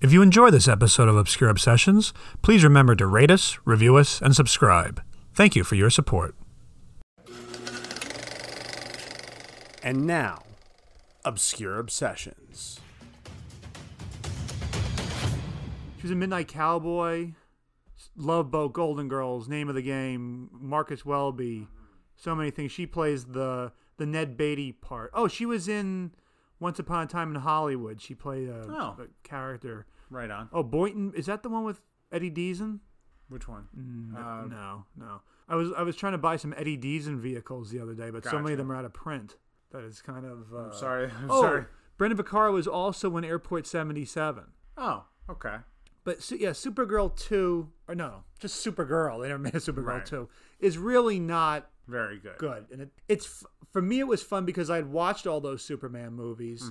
If you enjoy this episode of Obscure Obsessions, please remember to rate us, review us, and subscribe. Thank you for your support. And now, Obscure Obsessions. She was a Midnight Cowboy, Love Boat, Golden Girls, Name of the Game, Marcus Welby, so many things. She plays the the Ned Beatty part. Oh, she was in Once Upon a Time in Hollywood. She played a, Oh. a character. Right on. Oh, Boynton is that the one with Eddie Deason? Which one? Uh, Mm, no, no. I was I was trying to buy some Eddie Deason vehicles the other day, but so many Gotcha. of them are out of print. That is kind of uh, sorry. I'm oh, sorry. Brendan Vaccaro was also in Airport '77. Oh, okay. But su- yeah, Supergirl two or no, just Supergirl. They never made a Supergirl Right. two. Is really not Very good. good, and it, it's f- for me it was fun because I'd watched all those Superman movies,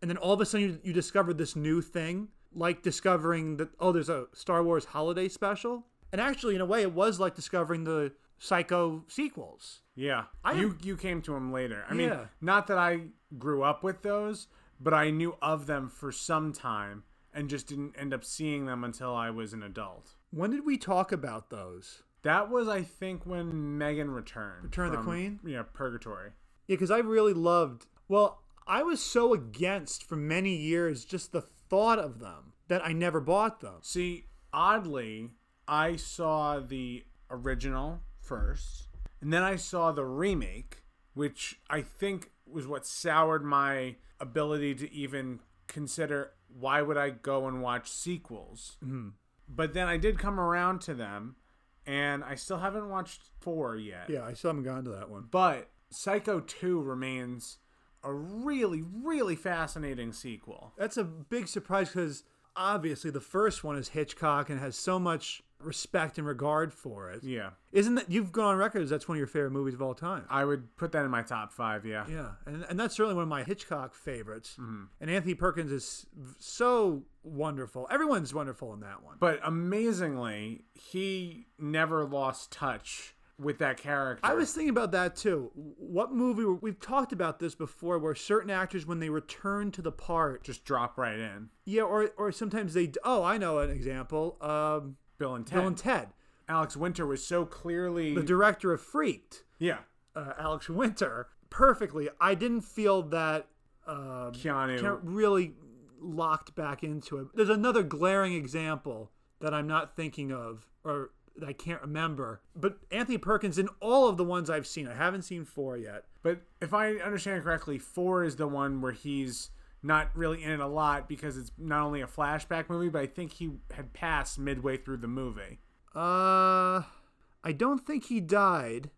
and then all of a sudden you, you discover this new thing, like discovering that oh there's a Star Wars holiday special, and actually in a way it was like discovering the Psycho sequels. Yeah. I am- you you came to them later. I mean, Yeah. not that I grew up with those, but I knew of them for some time and just didn't end up seeing them until I was an adult. When did we talk about those? That was, I think, when Megan returned. Return of the from, Queen? Yeah, Purgatory. Yeah, because I really loved. Well, I was so against for many years just the thought of them that I never bought them. See, oddly, I saw the original first, and then I saw the remake, which I think was what soured my ability to even consider why would I go and watch sequels. But then I did come around to them, and I still haven't watched four yet. Yeah, I still haven't gotten to that one. But Psycho 2 remains a really, really fascinating sequel. That's a big surprise because obviously the first one is Hitchcock and has so much respect and regard for it. Yeah. not that you've gone on record as that's one of your favorite movies of all time? I would put that in my top five, yeah. Yeah, and, and that's certainly one of my Hitchcock favorites. And Anthony Perkins is so wonderful. Everyone's wonderful in that one. But amazingly, he never lost touch with that character. I was thinking about that too. What movie were, we've talked about this before, where certain actors, when they return to the part, just drop right in. yeah, or or sometimes they. Oh, I know an example. Um, Bill and Ted. Bill and Ted, Alex Winter was so clearly the director of Freaked, yeah uh, Alex Winter, perfectly. I didn't feel that um, Keanu. Keanu really locked back into it. There's another glaring example that I'm not thinking of, or that I can't remember. But Anthony Perkins in all of the ones I've seen, I haven't seen four yet. But if I understand correctly, four is the one where he's not really in it a lot because it's not only a flashback movie, but I think he had passed midway through the movie. Uh, I don't think he died.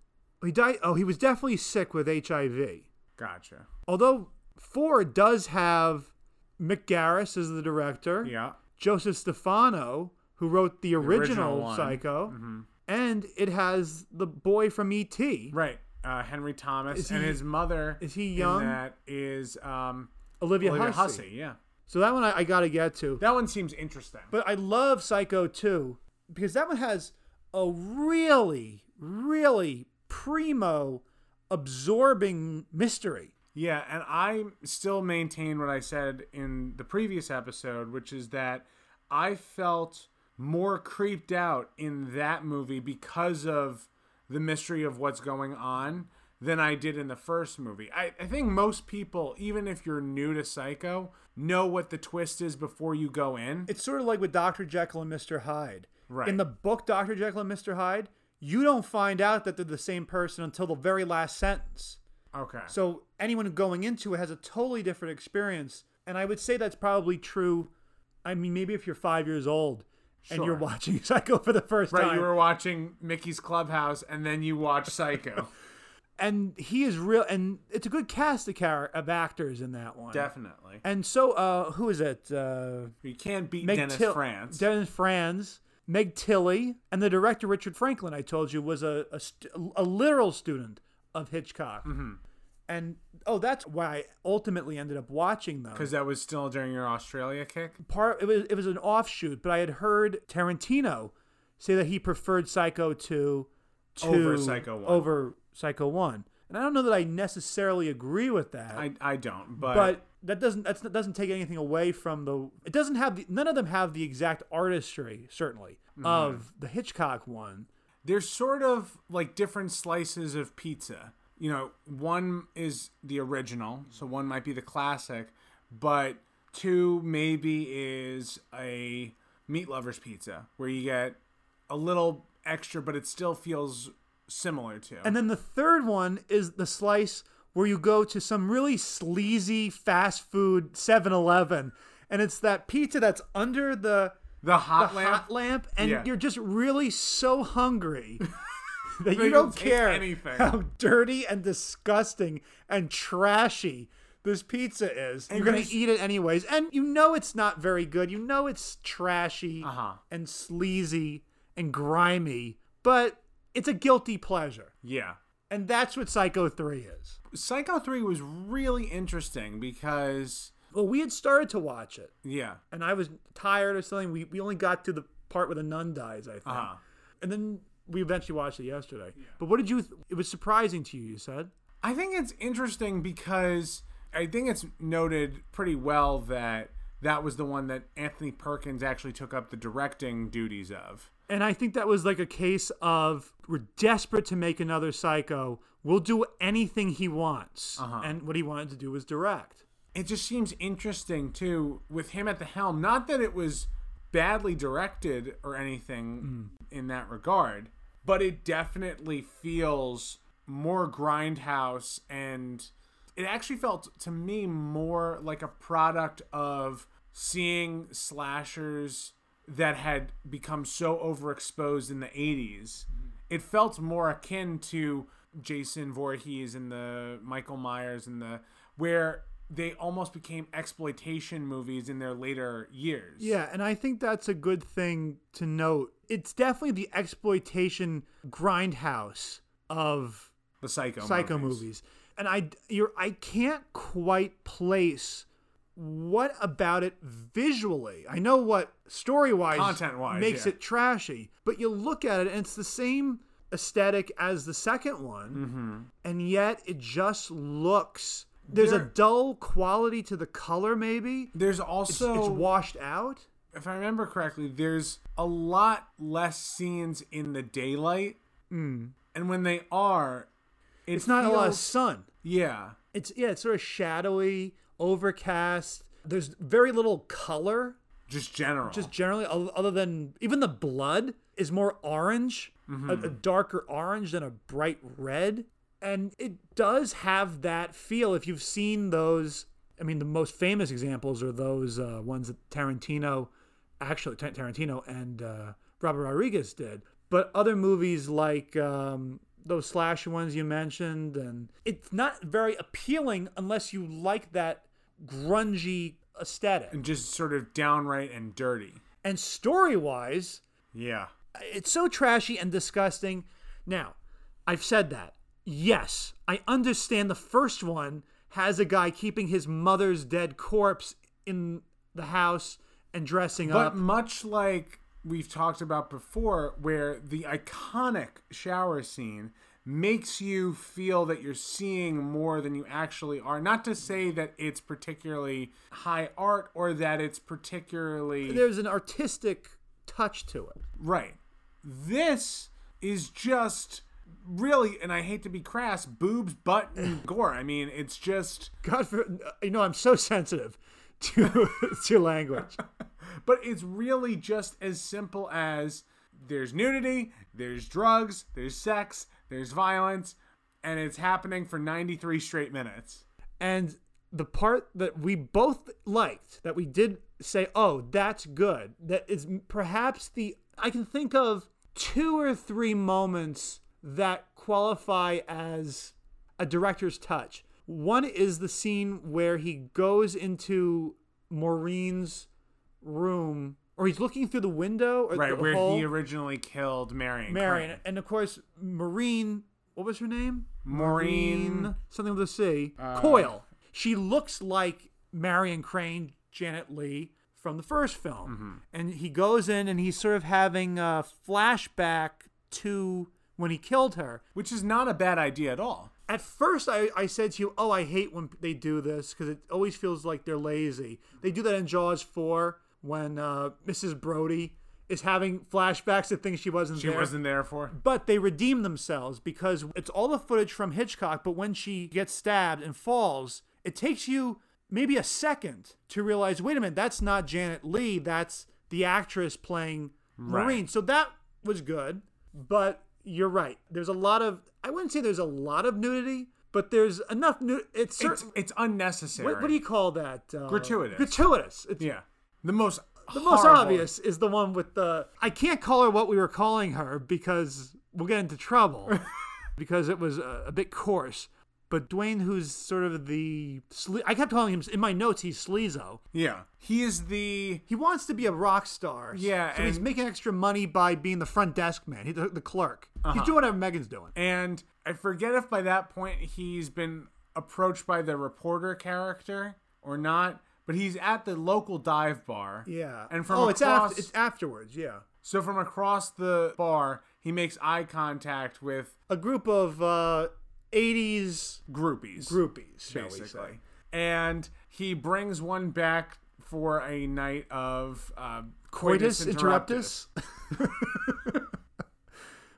He died. Oh, he was definitely sick with HIV. Gotcha. Although four does have Mick Garris as the director, Yeah. Joseph Stefano, who wrote the original original, one. Mm-hmm. Psycho, and it has the boy from E E.T. Right. Uh, Henry Thomas Is and he- his mother. is he in young? That is um, Olivia, Olivia Hussey. Hussey. Yeah. So that one I, I got to get to. That one seems interesting. But I love Psycho 2 because that one has a really, really primo, absorbing mystery. Yeah, and I still maintain what I said in the previous episode, which is that I felt more creeped out in that movie because of the mystery of what's going on than I did in the first movie. I, I think most people, even if you're new to Psycho, know what the twist is before you go in. It's sort of like with Dr. Jekyll and Mr. Hyde. Right. In the book Dr. Jekyll and Mr. Hyde, you don't find out that they're the same person until the very last sentence. Okay. So anyone going into it has a totally different experience. And I would say that's probably true. I mean, maybe if you're five years old and you're Sure. watching Psycho for the first right, time. you were watching Mickey's Clubhouse and then you watch Psycho. and he is real. And it's a good cast of, char- of actors in that one. Definitely. And so, uh, who is it? Uh, You can't beat Meg Dennis Till- France. Dennis Franz, Meg Tilly, and the director Richard Franklin. I told you was a a, st- a literal student of Hitchcock. Mm-hmm. And oh, that's why I ultimately ended up watching them. because that was still during your Australia kick. part it was it was an offshoot, but I had heard Tarantino say that he preferred Psycho two to Over Psycho 1. over Psycho one, And I don't know that I necessarily agree with that. I, I don't, but, but that doesn't that's, that doesn't take anything away from the it doesn't have the, none of them have the exact artistry certainly Mm-hmm. of the Hitchcock one. they're sort of like different slices of pizza. You know, one is the original, so one might be the classic, but two maybe is a meat lover's pizza where you get a little extra, but it still feels similar to. And then the third one is the slice where you go to some really sleazy fast food 7-Eleven and it's that pizza that's under the the hot the lamp. hot lamp and Yeah. you're just really so hungry that you you don't taste care anything. how dirty and disgusting and trashy this pizza is. you're you going just- to eat it anyways. And you know it's not very good. You know it's trashy Uh-huh. and sleazy and grimy, but it's a guilty pleasure. yeah. And that's what Psycho 3 is. Psycho 3 was really interesting because, Well, we had started to watch it yeah. and I was tired or something. We, we only got to the part where the nun dies, I think. Uh-huh. and then we eventually watched it yesterday. But what did you? Th- it was surprising to you. You said I think it's interesting because I think it's noted pretty well that that was the one that Anthony Perkins actually took up the directing duties of. And I think that was like a case of we're desperate to make another psycho. We'll do anything he wants. And what he wanted to do was direct. It just seems interesting too with him at the helm. Not that it was badly directed or anything in that regard, but it definitely feels more grindhouse and it actually felt to me more like a product of seeing slashers that had become so overexposed in the 80s. Mm-hmm. It felt more akin to Jason Voorhees and the Michael Myers and the where they almost became exploitation movies in their later years. Yeah, and I think that's a good thing to note. It's definitely the exploitation grindhouse of The psycho psycho movies. And I you're I can't quite place what about it visually. I know what story wise Content-wise, makes yeah. it trashy, but you look at it and it's the same aesthetic as the second one, and yet it just looks. There's a Mm-hmm. There- dull quality to the color, maybe. There's also it's washed out. if I remember correctly, there's a lot less scenes in the daylight. And when they are, it Mm. It's not a lot of feels- sun. Yeah. It's yeah, it's sort of shadowy, overcast. There's very little color Just general. just generally o- other than even the blood is more orange a, a darker orange than a bright red and it does have that feel if you've seen those i mean the most famous examples are those uh, ones that tarantino actually Ta- tarantino and uh, robert rodriguez did but other movies like um, those slasher ones you mentioned and it's not very appealing unless you like that grungy aesthetic and just sort of downright and dirty. and story wise, Yeah. it's so trashy and disgusting. Now, I've said that. Yes, I understand the first one has a guy keeping his mother's dead corpse in the house and dressing But up. much like we've talked about before, where the iconic shower scene makes you feel that you're seeing more than you actually are. Not to say that it's particularly high art or that it's particularly There's an artistic touch to it. Right. This is just really, and I hate to be crass, boobs, butt, and gore. I mean, it's just, God, for, you know, I'm so sensitive to to language. but it's really just as simple as there's nudity, there's drugs, there's sex, there's violence, and it's happening for 93 straight minutes. And the part that we both liked, that we did say, oh, that's good, that is perhaps the, I can think of two or three moments that qualify as a director's touch. One is the scene where he goes into Maureen's room, or he's looking through the window, or Right, the where hole, he originally killed Marion. Marion, Crane. and of course, Maureen, what was her name? Maureen. Uh, Maureen, something with a C. Coyle. She looks like Marion Crane, Janet Lee from the first Mm-hmm. film. And he goes in and he's sort of having a flashback to when he killed her. Which is not a bad idea at all. At first, I, I said to you, oh, I hate when they do this because it always feels like they're lazy. They do that in Jaws 4 when uh, Mrs. Brody is having flashbacks of things she wasn't She there. wasn't there for. But they redeem themselves because it's all the footage from Hitchcock, but when she gets stabbed and falls, it takes you maybe a second to realize wait a minute, that's not Janet Lee, that's the actress playing Marine. So that was good, but you're right. There's a lot of, I wouldn't say there's a lot of nudity, but there's enough nudity. It's, cer- It's it's unnecessary. what, what do you call that? Uh, Gratuitous. Gratuitous. It's, Yeah, the most the most obvious is the one with the I can't call her what we were calling her because we'll get into trouble because it was a, a bit coarse. But Dwayne, who's sort of the sle- I kept calling him in my notes, he's sleazo. Yeah, he is the He wants to be a rock star. Yeah, so he's and- making extra money by being the front desk man, he, the, the clerk. Uh-huh. He's doing whatever Megan's doing. and I forget if by that point he's been approached by the reporter character or not. But he's at the local dive bar. Yeah, and from oh, across, it's after it's afterwards. Yeah, so from across the bar, he makes eye contact with a group of uh, '80s groupies. groupies, shall we say. basically. And he brings one back for a night of uh, Coitus interruptus.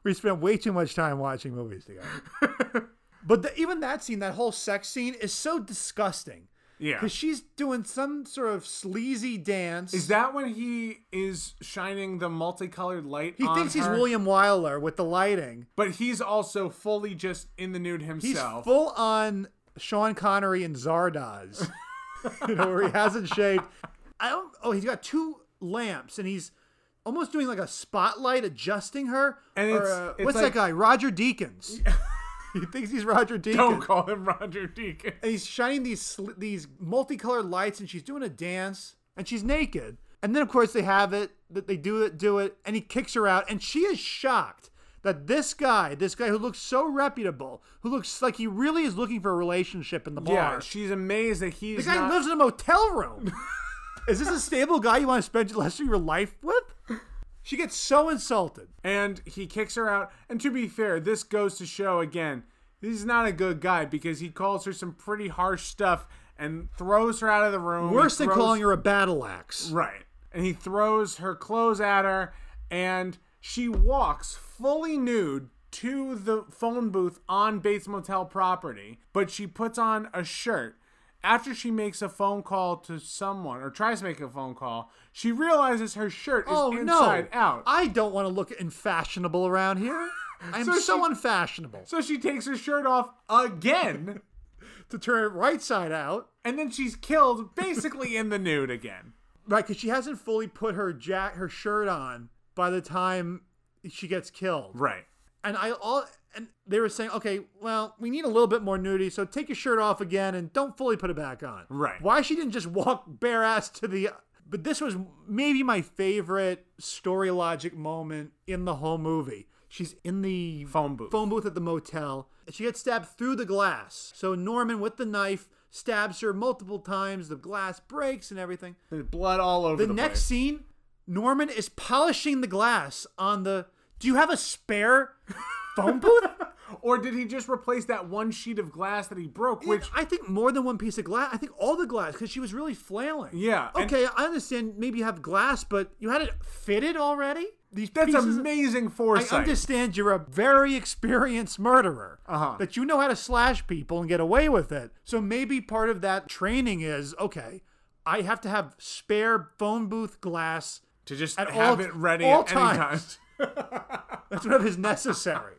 we spend way too much time watching movies together. but the, even that scene, that whole sex scene, is so disgusting Yeah. because she's doing some sort of sleazy dance. Is that when he is shining the multicolored light? he on thinks he's her? William Wyler with the lighting. but he's also fully just in the nude He's himself. full on Sean Connery and Zardoz, you know, where he hasn't shaved. I don't. Oh, he's got two lamps, and he's almost doing like a spotlight adjusting her. And or, it's- uh, it's what's like- that guy? Roger Deakins. he thinks he's Roger Deakins. Don't call him Roger Deacon. And he's shining these sl- these multicolored lights, and she's doing a dance, and she's naked. And then of course they have it that they do it, do it, and he kicks her out, and she is shocked that this guy, this guy who looks so reputable, who looks like he really is looking for a relationship in the bar, Yeah, she's amazed that he's the guy not- lives in a motel room. is this a stable guy you want to spend the rest of your life with? She gets so insulted. and he kicks her out. And to be fair, this goes to show again, this is not a good guy because he calls her some pretty harsh stuff and throws her out of the room. Worse He than throws- calling her a battle axe. Right. And he throws her clothes at her, and she walks fully nude to the phone booth on Bates Motel property, but she puts on a shirt. After she makes a phone call to someone or tries to make a phone call, she realizes her shirt is Oh inside no! out. I don't want to look unfashionable around here. I'm so, So she- unfashionable. so she takes her shirt off again, to turn it right side out, and then she's killed basically in the nude again. right? Because she hasn't fully put her jack her shirt on by the time she gets killed. Right. And I all and they were saying, okay, well, we need a little bit more nudity, so take your shirt off again and don't fully put it back on. Right. Why she didn't just walk bare ass to the? But this was maybe my favorite story logic moment in the whole movie. She's in the Phone booth. phone booth at the motel. and She gets stabbed through the glass. So Norman with the knife stabs her multiple times. The glass breaks and everything. There's blood all over The, the, next place. scene, Norman is polishing the glass on the. Do you have a spare phone booth? Or did he just replace that one sheet of glass that he broke, Which which I think more than one piece of glass. I think all the glass because she was really flailing. Yeah, and- Okay, I understand. Maybe you have glass, but you had it fitted already. These That's pieces- amazing I foresight. understand you're a very experienced murderer. Uh-huh. That you know how to slash people and get away with it. So maybe part of that training is okay. I have to have spare phone booth glass to just at have all- it ready all at any time. times. That's one of his necessaries.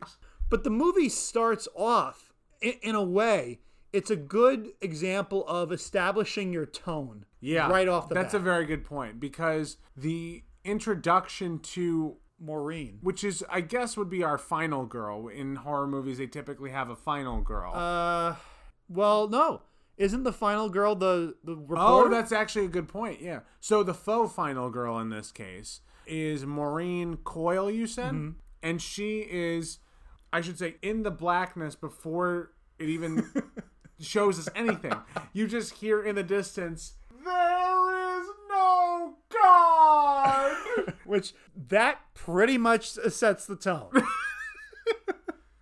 But the movie starts off, in, in a way, it's a good example of establishing your tone. Yeah. Right off the That's bat. a very good point because the introduction to Maureen. which is I guess would be our final girl. In horror movies they typically have a final girl. Uh, well, no. Isn't the final girl the, the reporter? oh, that's actually a good point. Yeah. So the faux final girl in this case is Maureen Coyle, you said? Mm-hmm. And she is I should say in the blackness before it even shows us anything. You just hear in the distance, There is no God. Which that pretty much s- sets the tone.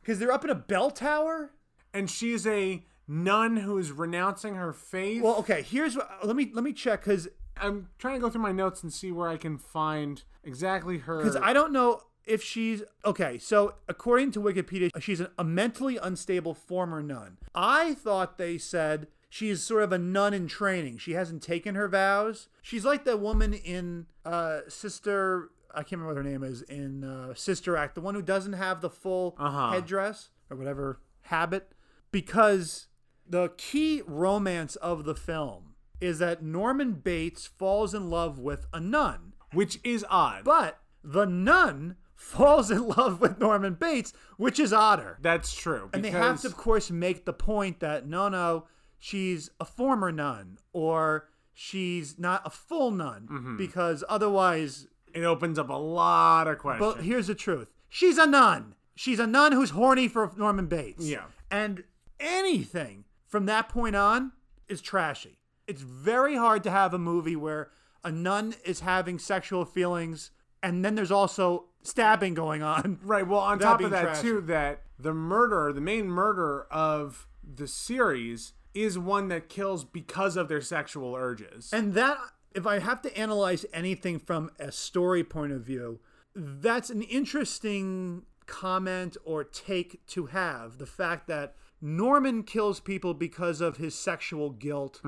Because they're up in a bell tower. and she's a nun who is renouncing her faith. Well, okay. Here's what, let me let me check because I'm trying to go through my notes and see where I can find exactly her. because I don't know if she's okay. So according to Wikipedia, she's a mentally unstable former nun. I thought they said she is sort of a nun in training. She hasn't taken her vows. She's like the woman in uh, Sister. I can't remember what her name is in uh, Sister Act, the one who doesn't have the full Uh-huh. headdress or whatever habit, because the key romance of the film is that Norman Bates falls in love with a nun. which is odd. But the nun falls in love with Norman Bates, which is odder. That's true. And they have because- to, of course, make the point that no, no, she's a former nun or she's not a full nun because otherwise. It opens up a lot of questions. But here's the truth she's a nun. She's a nun who's horny for Norman Bates. Yeah. And anything from that point on is trashy. It's very hard to have a movie where a nun is having sexual feelings and then there's also stabbing going on. Right. Well, on That top being of that, trashy. too, that the murderer, the main murderer of the series, is one that kills because of their sexual urges. And that, if I have to analyze anything from a story point of view, that's an interesting comment or take to have. The fact that Norman kills people because of his sexual guilt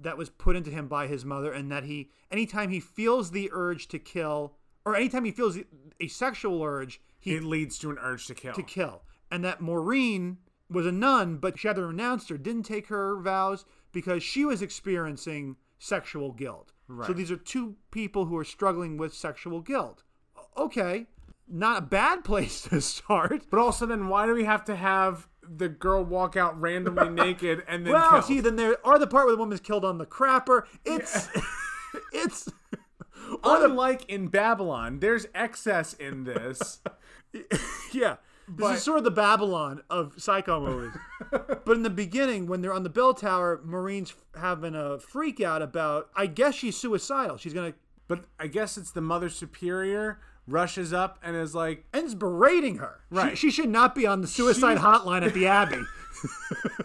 that was put into him by his mother, and that he, anytime he feels the urge to kill, or anytime he feels a sexual urge, he it leads to an urge to kill. to kill. And that Maureen was a nun, but she either renounced or didn't take her vows because she was experiencing sexual guilt. So these are two people who are struggling with sexual guilt. O- Okay, not a bad place to start. but also, then why do we have to have the girl walk out randomly naked and then Well, kill? see, then there are the part where the woman's killed on the crapper. It's, it's, Unlike in Babylon, there's excess in this. yeah. This But- is sort of the Babylon of psycho movies. but in the beginning, when they're on the bell tower, Marines having a freak out about, I guess she's suicidal. She's going to, but I guess it's the mother superior rushes up and is like, ends berating her. She- Right. She, should not be on the suicide hotline at the Abbey.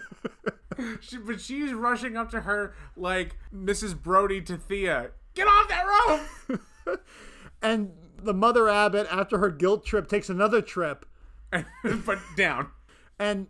she, but she's rushing up to her like Mrs. Brody to Thea. Get off that rope! and the mother abbot, after her guilt trip, takes another trip. but down. And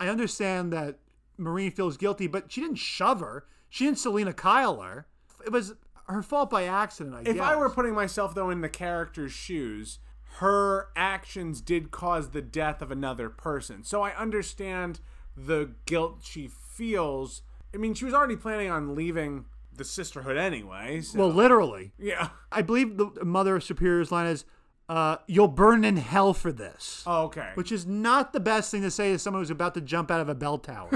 I understand that Marine feels guilty, but she didn't shove her. She didn't Selena Kyle her. It was her fault by accident, I guess. If I were putting myself though in the character's shoes, her actions did cause the death of another person. So I understand the guilt she feels. I mean, she was already planning on leaving the sisterhood anyway. So, Well, literally. yeah. I believe the Mother Superior's line is, uh, "You'll burn in hell for this," Oh, okay. which is not the best thing to say to someone who's about to jump out of a bell tower.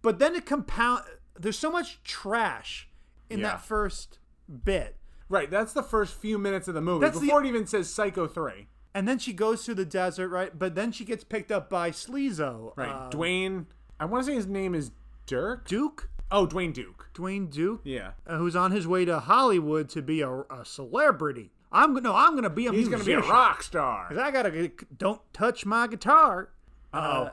but then it compound. There's so much trash in Yeah. that first bit, right, that's the first few minutes of the movie That's the- before it even says Psycho 3. and then she goes through the desert, right? But then she gets picked up by Sleezo, Right. uh, Dwayne, I want to say his name is Dirk. Duke, Oh, Dwayne Duke. Dwayne Duke, Yeah. uh, who's on his way to Hollywood to be a, a celebrity. I'm no, I'm gonna be a He's going to be a musician. rock star. 'Cause I gotta get- don't touch my guitar. Oh.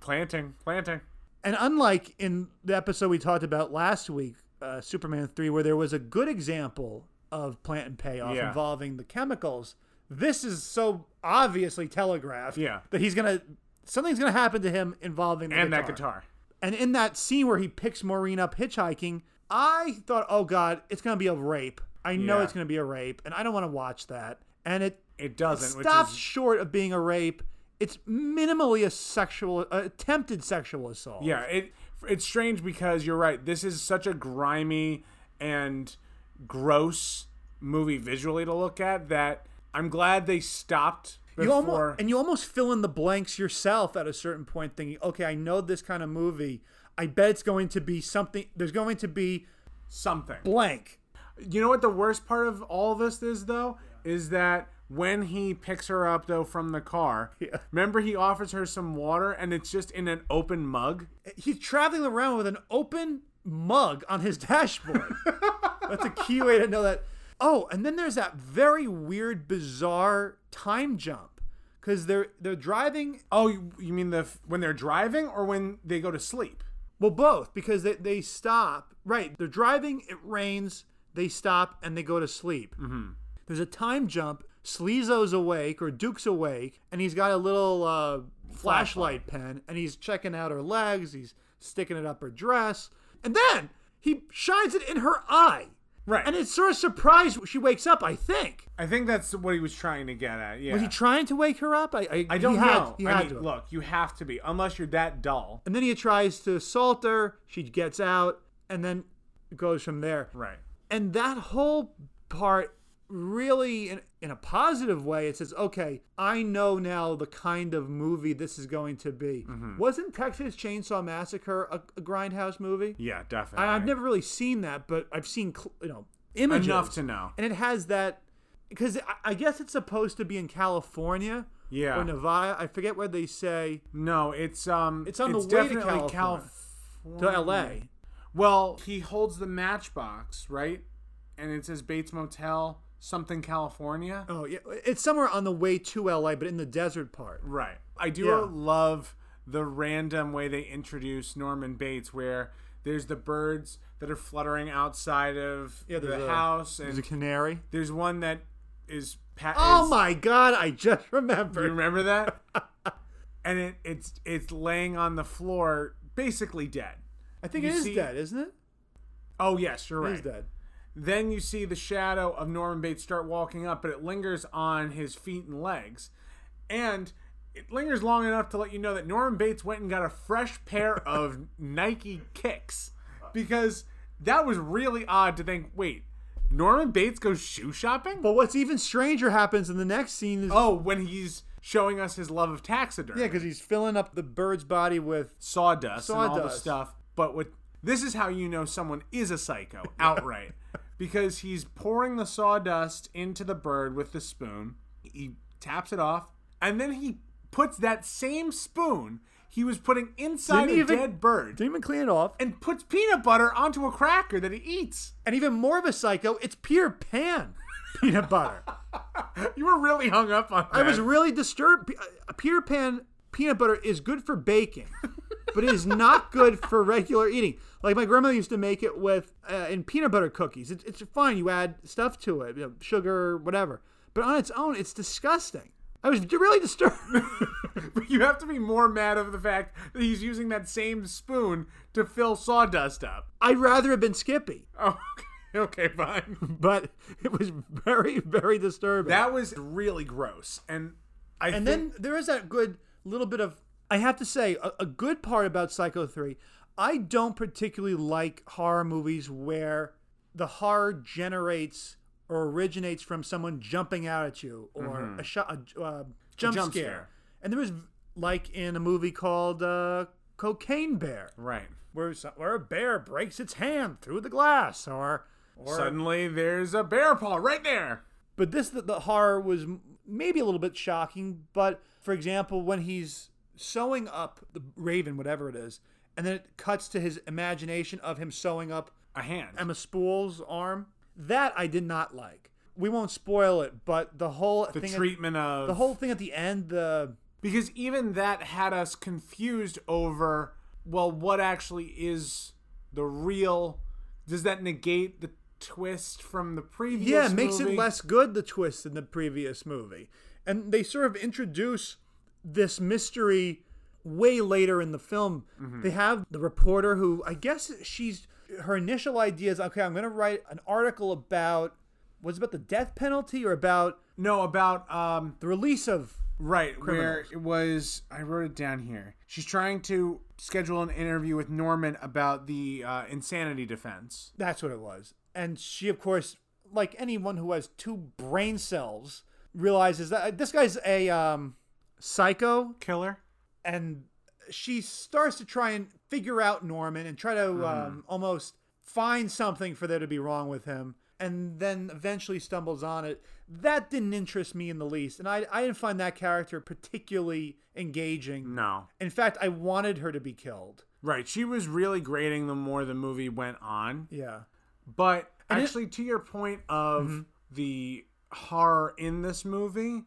Planting, planting. And unlike in the episode we talked about last week, uh, Superman 3, where there was a good example of plant and payoff Yeah. involving the chemicals, this is so obviously telegraphed Yeah. that he's going to. Something's going to happen to him involving the And guitar. that guitar. And in that scene where he picks Maureen up hitchhiking, I thought, oh God, it's going to be a rape. I know Yeah. it's going to be a rape, and I don't want to watch that. And it It doesn't. which stops is- short of being a rape. It's minimally a sexual, uh, attempted sexual assault. Yeah, it it's strange because you're right. This is such a grimy and gross movie visually to look at that I'm glad they stopped before. You almost, and you almost fill in the blanks yourself at a certain point, thinking, okay, I know this kind of movie. I bet it's going to be something. There's going to be something. blank. You know what the worst part of all this is though is that when he picks her up though from the car, Yeah. remember he offers her some water and it's just in an open mug. He's traveling around with an open mug on his dashboard. That's a key way to know that. Oh, and then there's that very weird, bizarre time jump. because they're they're driving Oh, you, you mean the f- when they're driving or when they go to sleep? Well, both because they, they stop. Right, they're driving. It rains. They stop and they go to sleep. Mm-hmm. There's a time jump. Sleezo's awake or Duke's awake, and he's got a little uh, flashlight pen, and he's checking out her legs. He's sticking it up her dress, and then he shines it in her eye. Right. And it's sort of surprised she wakes up. I think I think that's what he was trying to get at. Yeah. was he trying to wake her up? I I, I don't he know. had- he I had to mean, have. look, you have to be unless you're that dull. And then he tries to assault her. She gets out, and then it goes from there. Right. And that whole part really, in, in a positive way, it says, okay, I know now the kind of movie this is going to be. Mm-hmm. Wasn't Texas Chainsaw Massacre a, a grindhouse movie? Yeah, definitely. I, I've never really seen that, but I've seen, cl- you know, images. enough to know. And it has that, because I, I guess it's supposed to be in California. Yeah. Or Nevada. I forget where they say No, it's um, It's on the it's way to definitely California. to California. LA. Well, he holds the matchbox, right? And it says Bates Motel, something California. Oh yeah, it's somewhere on the way to LA, but in the desert part. Right. I do uh, Yeah. love the random way they introduce Norman Bates, where there's the birds that are fluttering outside of Yeah, there's the a- house, and There's a canary. there's one that is. Pa- Oh is- my God! I just You remembered. remember that? and it, it's it's laying on the floor, basically dead. I think it You is see- dead, isn't it? Oh yes, you're It right. is dead. Then you see the shadow of Norman Bates start walking up, but it lingers on his feet and legs. And it lingers long enough to let you know that Norman Bates went and got a fresh pair of Nike kicks. Because that was really odd to think, wait, Norman Bates goes shoe shopping? But what's even stranger happens in the next scene is oh, when he's showing us his love of taxidermy. yeah, because he's filling up the bird's body with sawdust, and all the Sawdust. stuff. But what this is how you know someone is a psycho outright, because he's pouring the sawdust into the bird with the spoon. He taps it off, and then he puts that same spoon he was putting inside Didn't a even- dead bird didn't even clean it off. And, and puts peanut butter onto a cracker that he eats. and even more of a psycho, it's Peter Pan peanut butter. You were really hung up on. That. I was really disturbed. Pe- uh, Peter Pan peanut butter is good for baking, but it is not good for regular eating. Like my grandma used to make it with uh, in peanut butter cookies. It, it's fine. You add stuff to it, you know, sugar, whatever. But on its own, it's disgusting. I was really disturbed. But you have to be more mad of the fact that he's using that same spoon to fill sawdust up. I'd rather have been Skippy, Oh, okay, fine. but it was very, very disturbing. That was really gross. And I and then think, there is that good little bit of i have to say a, a good part about psycho 3 i don't particularly like horror movies where the horror generates or originates from someone jumping out at you or a, shot, a, uh, jump, jump scare. scare. and there was like in a movie called uh, cocaine bear right. where, so- where a bear breaks its hand through the glass or, or Suddenly there's a bear paw right there. but this the, the horror was m- maybe a little bit shocking. But for example, when he's sewing up the raven, whatever it is, and then it cuts to his imagination of him sewing up A hand. Emma Spool's arm. That I did not like. We won't spoil it, but the whole the thing at- treatment of the whole thing at the end, the because even that had us confused over well what actually is the real does that negate the twist from the previous yeah, it makes movie? it less good the twist in the previous movie. And they sort of introduce this mystery way later in the film. They have the reporter who I guess she's her initial idea is okay, I'm going to write an article about was it about the death penalty or about no about um the release of Right, criminals. where it was, I wrote it down here. She's trying to schedule an interview with Norman about the uh, insanity defense. That's what it was. And she, of course, like anyone who has two brain cells, realizes that this guy's a um, psycho, Killer? and she starts to try and figure out Norman and try to um, almost find something for there to be wrong with him, and then eventually stumbles on it. That didn't interest me in the least, and I, I didn't find that character particularly engaging. No. In fact, I wanted her to be killed. Right. She was really grating the more the movie went on. Yeah. But Mm-hmm. actually, to your point of the horror in this movie,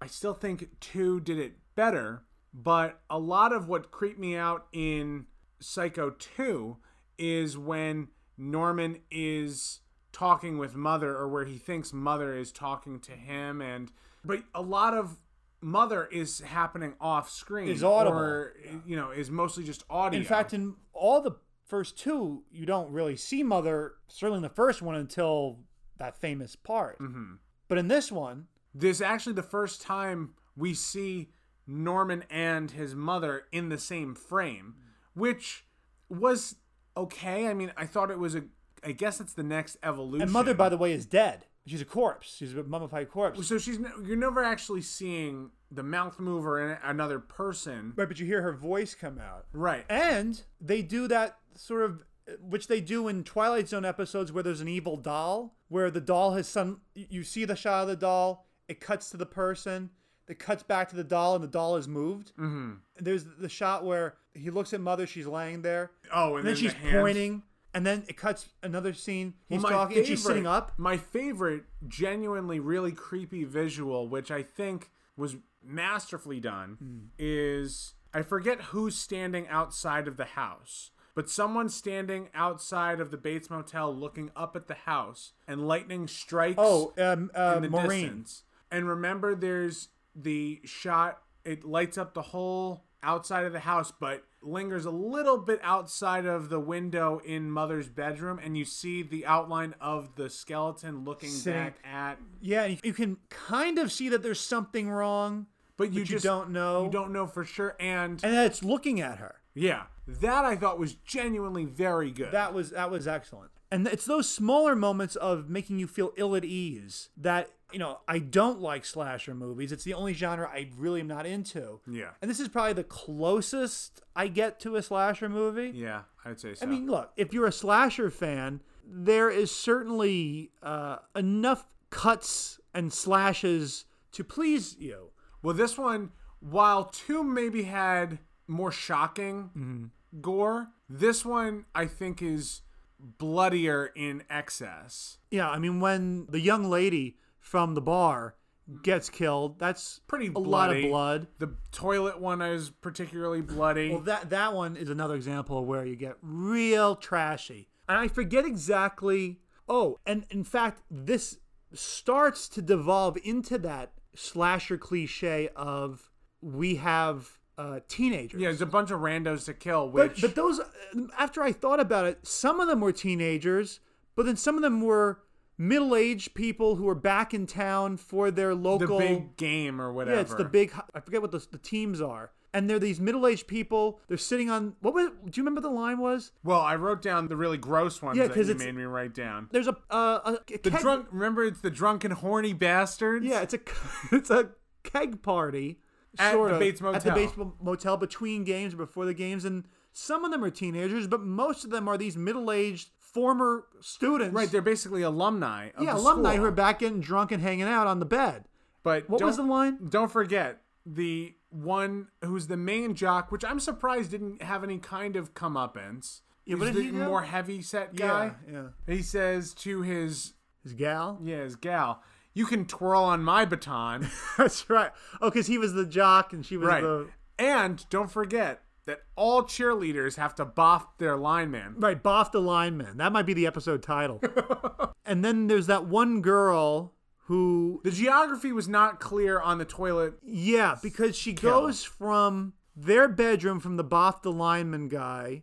I still think two did it better, but a lot of what creeped me out in Psycho 2 is when Norman is talking with Mother or where he thinks Mother is talking to him and but a lot of Mother is happening off screen Is audible. or you know is mostly just audio. In fact, in all the first two, you don't really see Mother, certainly in the first one, until that famous part. Mm-hmm. But in this one, this is actually the first time we see Norman and his mother in the same frame, which was okay. I mean, I thought it was a. I guess it's the next evolution. and Mother, by the way, is dead. She's a corpse. She's a mummified corpse. so she's ne- you're never actually seeing the mouth move or an- another person, Right, but you hear her voice come out. right? And they do that sort of, which they do in Twilight Zone episodes where there's an evil doll, where the doll has some, you see the shot of the doll, it cuts to the person, it cuts back to the doll, and the doll is moved. Mm-hmm. There's the shot where he looks at Mother, she's laying there, Oh, and, and then the she's hands. pointing, and then it cuts another scene, he's My talking, and she's sitting favorite- up. My favorite, genuinely really creepy visual, which I think was masterfully Hmm. done, is I forget who's standing outside of the house, but someone's standing outside of the Bates Motel looking up at the house, and lightning strikes Oh, um, uh, in the Maureen. distance. And remember, there's the shot. It lights up the whole outside of the house, but lingers a little bit outside of the window in Mother's bedroom, and you see the outline of the skeleton looking Sitting- back at. Yeah, you- you can kind of see that there's something wrong, But you you just don't know. You don't know for sure, and and that it's looking at her. yeah, that I thought was genuinely very good. That was that was excellent. And it's those smaller moments of making you feel ill at ease that you know I don't like slasher movies. It's the only genre I really am not into. Yeah. And this is probably the closest I get to a slasher movie. yeah, I'd say so. I mean, look, if you're a slasher fan, there is certainly uh, enough cuts and slashes to please you. Well, this one, while two maybe had more shocking Mm-hmm. gore, this one I think is bloodier in excess. Yeah, I mean, when the young lady from the bar gets killed, that's Pretty a lot bloody. of blood. The toilet one is particularly bloody. Well, that that one is another example of where you get real trashy. And I forget exactly. Oh, and in fact, this starts to devolve into that slasher cliche of we have uh, teenagers. yeah, there's a bunch of randos to kill, But, which but those, uh, after I thought about it, some of them were teenagers, but then some of them were middle-aged people who were back in town for their the local big game or whatever. yeah, it's the big. I forget what the, the teams are, and they're these middle-aged people. They're sitting on what was? Do you remember the line was? Well, I wrote down the really gross ones Yeah, that 'cause you it's- made me write down. There's a uh, a, a The keg, drunk, remember, it's the drunken, horny bastards. Yeah, it's a it's a keg party At sort the of, Bates at the Motel. Bates Mo- Motel between games or before the games, and some of them are teenagers, but most of them are these middle-aged former students. right. They're basically alumni. Of yeah, the alumni who school. are back getting drunk and hanging out on the bed. But What was the don't- line? Don't forget the one who's the main jock, which I'm surprised didn't have any kind of comeuppance. Yeah, what He's did the he do? more heavy set guy. Yeah, yeah. He says to his His gal. yeah his gal, "You can twirl on my baton." That's right. Oh, because he was the jock and she was right. the And don't forget that all cheerleaders have to boff their lineman. Right, Boff the Lineman. That might be the episode title. and then there's that one girl who, The geography was not clear on the toilet. yeah, because she goes from their bedroom from the Boff the Lineman guy.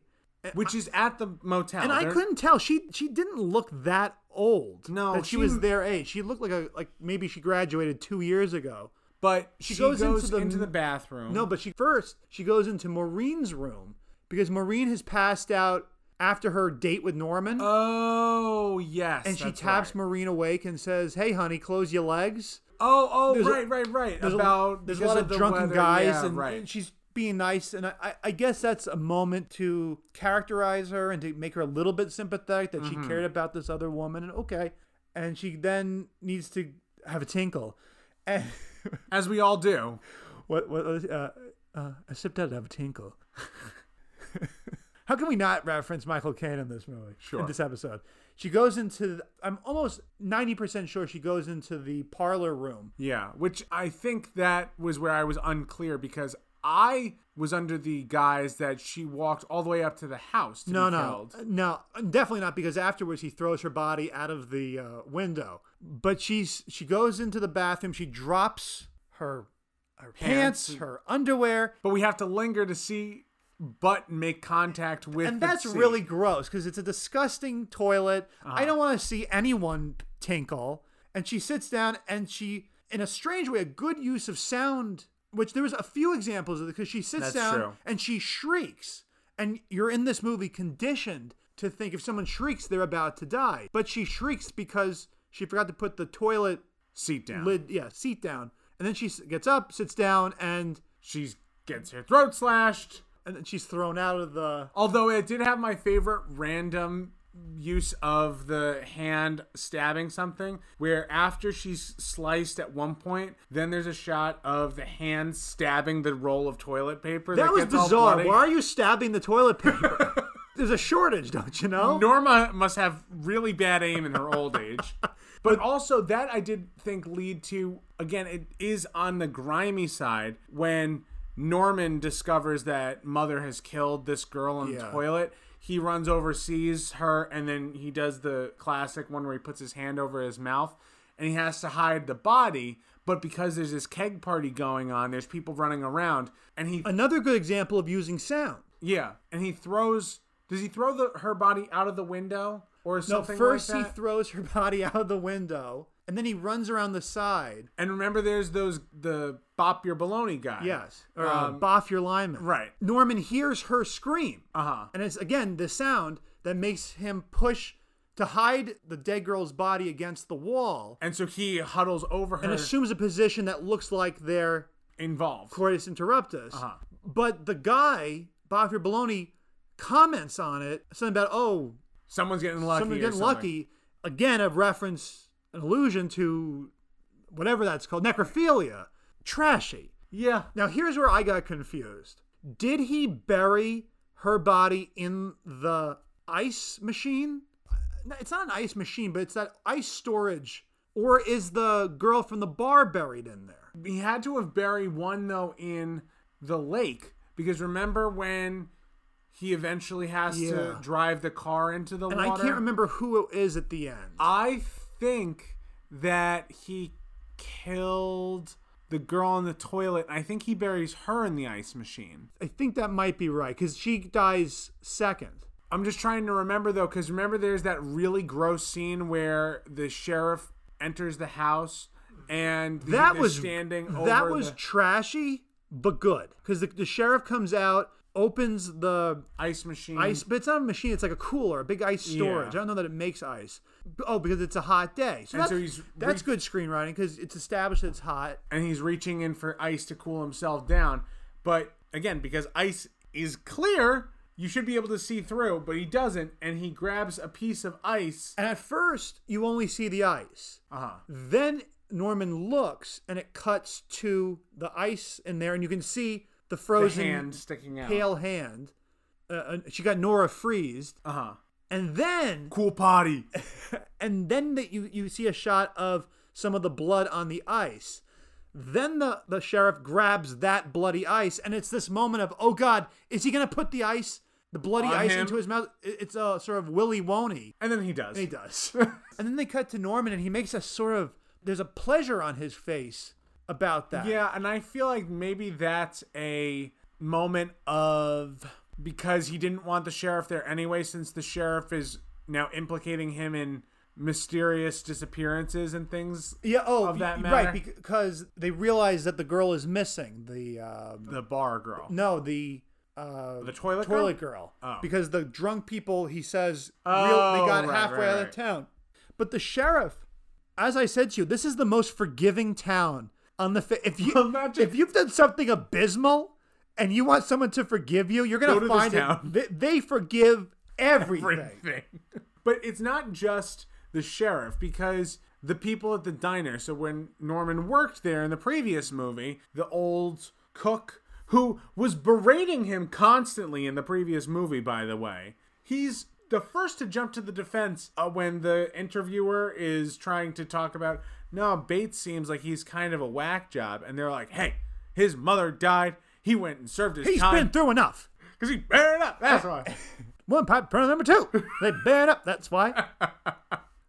Which is at the motel. And I They're- couldn't tell. She she didn't look that old. No, that she, she- was their age. She looked like a like maybe she graduated two years ago. But she, goes goes, into into, the- the, bathroom. No, but she first she goes into Maureen's room because Maureen has passed out after her date with Norman. Oh yes. and she that's taps right. Maureen awake and says, "Hey, honey, close your legs." Oh, oh, There's a- right, right, right. there's About a, there's a because lot of, the drunken weather, guys, yeah, and right. she's being nice, and I- I, I guess that's a moment to characterize her and to make her a little bit sympathetic that Mm-hmm. she cared about this other woman, and okay, and she then needs to have a tinkle, and as we all do. what what uh, uh, I sipped out have a tinkle. How can we not reference Michael Caine in this movie? Sure. In this episode, She goes into, the, I'm almost 90% sure she goes into the parlor room. Yeah, which I think that was where I was unclear because I was under the guise that she walked all the way up to the house to No, be no, held. no, definitely not. Because afterwards, he throws her body out of the uh, window. But she's she goes into the bathroom. She drops her her pants, Pants. her underwear, But we have to linger to see but make contact with and the that's sea. really gross because it's a disgusting toilet. Uh-huh. I don't want to see anyone tinkle. And she sits down and she, in a strange way, a good use of sound, which there was a few examples of because she sits That's down true. and she shrieks. And you're in this movie conditioned to think if someone shrieks, they're about to die. But she shrieks because she forgot to put the toilet seat down. lid, yeah, seat down. And then she s- gets up, sits down, and She gets her throat slashed. and then she's thrown out of the. Although it did have my favorite random use of the hand stabbing something, where after she's sliced at one point, then there's a shot of the hand stabbing the roll of toilet paper. That was gets all bizarre. bloody. Why are you stabbing the toilet paper? There's a shortage, don't you know? Norma must have really bad aim in her old age. But also that I did think lead to again it is on the grimy side when Norman discovers that mother has killed this girl in the Yeah. toilet. He runs over, sees her, and then he does the classic one where he puts his hand over his mouth and he has to hide the body. But because there's this keg party going on, there's people running around, and he Another good example of using sound. yeah, and he throws. Does he throw the, her body out of the window or No, something first like he that? throws her body out of the window, and then he runs around the side. and remember, there's those the bop your baloney guy. Yes, or uh, boff your lineman. Um, right. Norman hears her scream, Uh huh. and it's again the sound that makes him push to hide the dead girl's body against the wall, And so he huddles over her, and assumes a position that looks like they're involved. Cordes interrupt us. Uh-huh. But the guy, Bob Bologna, comments on it, something about, oh, Someone's getting lucky. someone or getting something. lucky. Again, a reference, an allusion to whatever that's called, necrophilia. Trashy. Yeah. Now, here's where I got confused. Did he bury her body in the ice machine? Uh, no, It's not an ice machine, but it's that ice storage. Or is the girl from the bar buried in there? He had to have buried one though in the lake because remember when he eventually has to Yeah. drive the car into the And water. I can't remember who it is at the end. I think that he killed the girl in the toilet. I think he buries her in the ice machine. I think that might be right because she dies second. I'm just trying to remember though, because remember there's that really gross scene where the sheriff enters the house and the- That they're was standing. That over was the trashy but good because the, the sheriff comes out, opens the ice machine. ice, but it's not a machine. It's like a cooler, a big ice storage. I Yeah. don't know that it makes ice. B- Oh, because it's a hot day. So And that's, so he's that's re- good screenwriting because it's established that it's hot. and he's reaching in for ice to cool himself down. But again, because ice is clear, you should be able to see through, but he doesn't, and he grabs a piece of ice. And at first, you only see the ice. Uh huh. Then Norman looks, and it cuts to the ice in there, and you can see the The frozen hand sticking out. pale hand. Uh, Uh, she got Nora freezed, Uh huh. and then Cool potty. and then that you you see a shot of some of the blood on the ice. Then the the sheriff grabs that bloody ice, and it's this moment of oh god, is he gonna put the ice, the bloody On ice him? into his mouth? It- It's a sort of willy wony. And then he does. He does. and then they cut to Norman, and he makes a sort of there's a pleasure on his face about that. Yeah, and I feel like maybe that's a moment of because he didn't want the sheriff there anyway, since the sheriff is now implicating him in mysterious disappearances and things. Yeah. Oh, Of that y- matter. right. Because they realize that the girl is missing. The um, The bar girl. No, the uh, The toilet girl? toilet girl. Oh. Because the drunk people, he says, Oh, real, they got right, halfway right, out right. of town. But the sheriff, as I said to you, this is the most forgiving town on the. Fa- if you Imagine- if you've done something abysmal and you want someone to forgive you, you're gonna Go to this find town. it. They, they forgive everything. everything. but it's not just the sheriff because the people at the diner. So when Norman worked there in the previous movie, the old cook who was berating him constantly in the previous movie, by the way, he's the first to jump to the defense uh, when the interviewer is trying to talk about no Bates seems like he's kind of a whack job, and they're like, hey, his mother died. He went and served his He's been time through enough. because he burned up. That's why. One pipe burn number two. They bear up. That's why.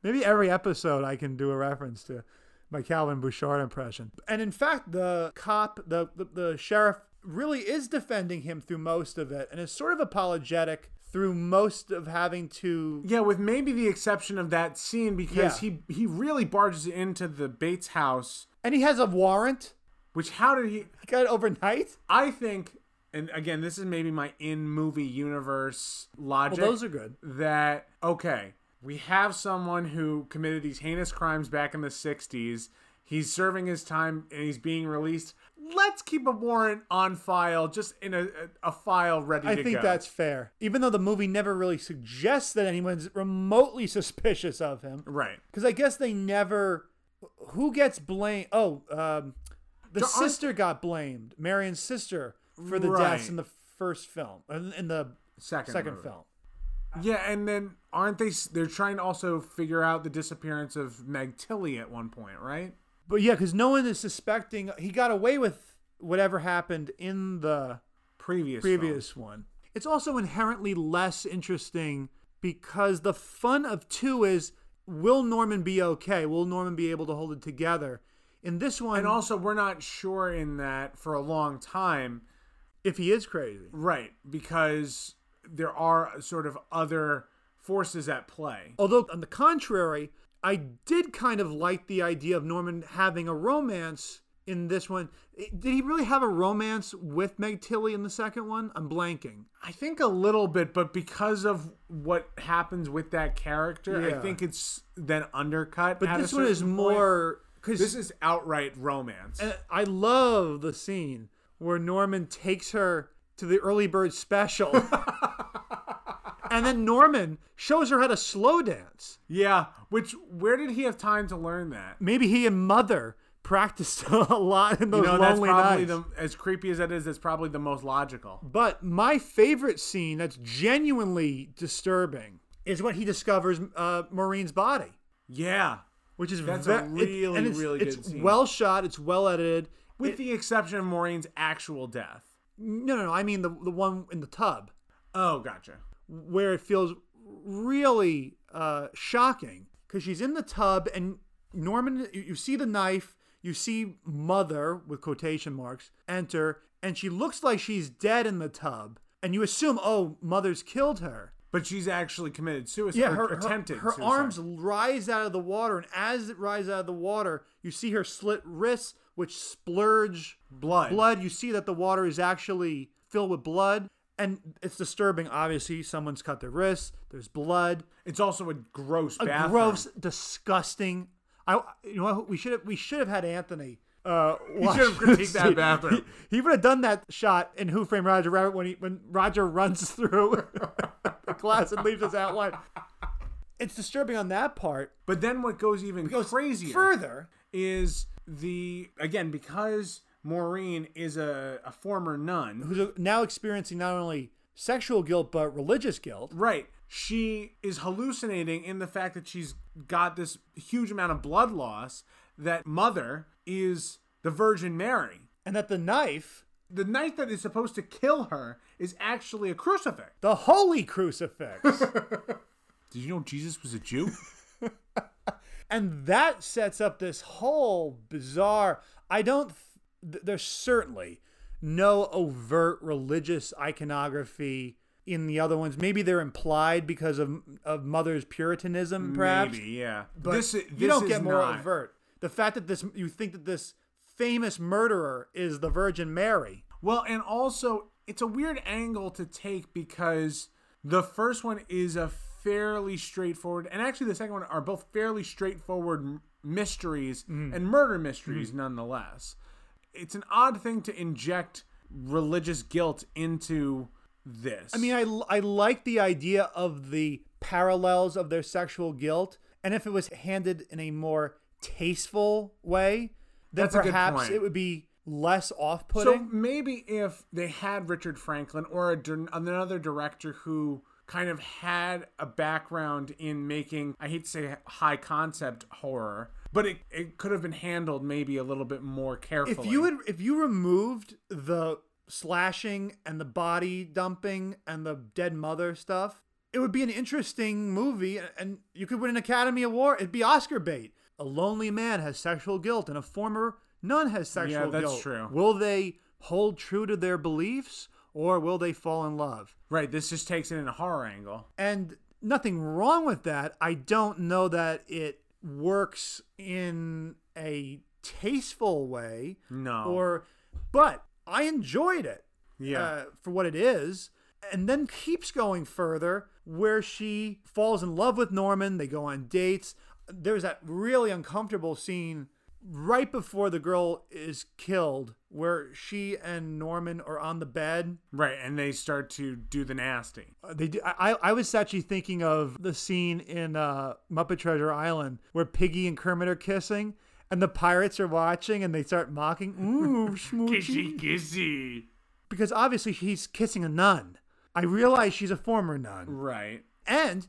Maybe every episode I can do a reference to my Calvin Bouchard impression. And in fact, the cop, the, the, the sheriff, really is defending him through most of it and is sort of apologetic through most of having to. Yeah, with maybe the exception of that scene because Yeah. he he really barges into the Bates house. And he has a warrant. Which how did he? He got it overnight. I think, and again, this is maybe my in movie universe logic. Well, those are good. that okay we have someone who committed these heinous crimes back in the 60s he's serving his time and he's being released let's keep a warrant on file just in a, a file ready I to think go that's fair. Even though the movie never really suggests that anyone's remotely suspicious of him. right Because I guess they never. Who gets blamed? Oh, um, the There aren't- sister got blamed. Marion's sister for the deaths Right. in the first film, in, in the second second movie. film. yeah and then aren't they s- they're trying to also figure out the disappearance of meg tilly at one point right But yeah, because no one is suspecting he got away with whatever happened in the previous film. previous one. It's also inherently less interesting because the fun of two is will Norman be okay? Will Norman be able to hold it together? In this one, and also we're not sure in that for a long time if he is crazy, right because there are sort of other forces at play Although, on the contrary, I did kind of like the idea of Norman having a romance in this one. I- Did he really have a romance with Meg Tilly in the second one? I'm blanking. I think a little bit, but because of what happens with that character, Yeah. I think it's then undercut. But at a this one is certain more point. because This is outright romance. I love the scene where Norman takes her to the early bird special. And then Norman shows her how to slow dance. yeah, which where did he have time to learn that? Maybe he and Mother practiced a lot in those You know, that's lonely probably nights. the as creepy as that is. That's probably the most logical. But my favorite scene that's genuinely disturbing is when he discovers uh, Maureen's body, Yeah, which is That's ve- a really, and it's, really it's good scene. well shot. It's well edited. with the exception of Maureen's actual death. No, no, no. I mean the the one in the tub Oh, gotcha. where it feels really uh, shocking because she's in the tub and Norman. You, you see the knife. You see mother with quotation marks enter, and she looks like she's dead in the tub. And you assume, oh, mother's killed her. But she's actually committed suicide. Yeah, or her, her- attempted. Her, suicide. arms rise out of the water, and as it rises out of the water, you see her slit wrists, which splurge blood. blood. You see that the water is actually filled with blood, and it's disturbing. Obviously, someone's cut their wrists. There's blood. It's also a gross. A bathroom. gross, disgusting. I, you know, what? we should have we should have had Anthony. Uh, he have critiqued that bathroom. He, he would have done that shot in Who Framed Roger Rabbit when he when Roger runs through the class and leaves his outline. It's disturbing on that part. But then what goes even crazier Further, is the again because Maureen is a, a former nun, who's uh, now experiencing not only sexual guilt but religious guilt. right? She is hallucinating in the fact that she's got this huge amount of blood loss. That mother is the Virgin Mary. and that the knife, The knife that is supposed to kill her is actually a crucifix. the holy crucifix, Did you know Jesus was a Jew? and that sets up this whole bizarre. I don't. Th- there's certainly no overt religious iconography in the other ones. Maybe they're implied because of of Mother's Puritanism, perhaps. Maybe, yeah. But this, i- you this don't is get more not- overt. The fact that this, you think that this famous murderer is the Virgin Mary. Well, and also it's a weird angle to take because the first one is a fairly straightforward, and actually the second one are both fairly straightforward m- mysteries and murder mysteries, nonetheless. It's an odd thing to inject religious guilt into this. I mean, I, I like the idea of the parallels of their sexual guilt. And if it was handed in a more tasteful way, then That's a good perhaps point. it would be less off so putting. maybe if they had Richard Franklin or a, dir- another director who kind of had a background in making, I hate to say high concept horror, but it, it could have been handled maybe a little bit more carefully. If you had, if you removed the slashing and the body dumping and the dead mother stuff, it would be an interesting movie, and- and you could win an Academy Award. It'd be Oscar bait. A lonely man has sexual guilt, and a former nun has sexual Yeah, that's guilt. true. Will they hold true to their beliefs, or will they fall in love? Right, this just takes it in a horror angle. and nothing wrong with that. I don't know that it works in a tasteful way No. or but I enjoyed it yeah. uh, for what it is and then keeps going further where she falls in love with Norman, they go on dates. There's that really uncomfortable scene right before the girl is killed where she and Norman are on the bed Uh, right, and they start to do the nasty. they do. I, I was actually thinking of the scene in uh, Muppet Treasure Island where Piggy and Kermit are kissing, and the pirates are watching, and they start mocking, "Ooh, Kissy smoochie," kissy. because obviously he's kissing a nun. I realize she's a former nun, Right, and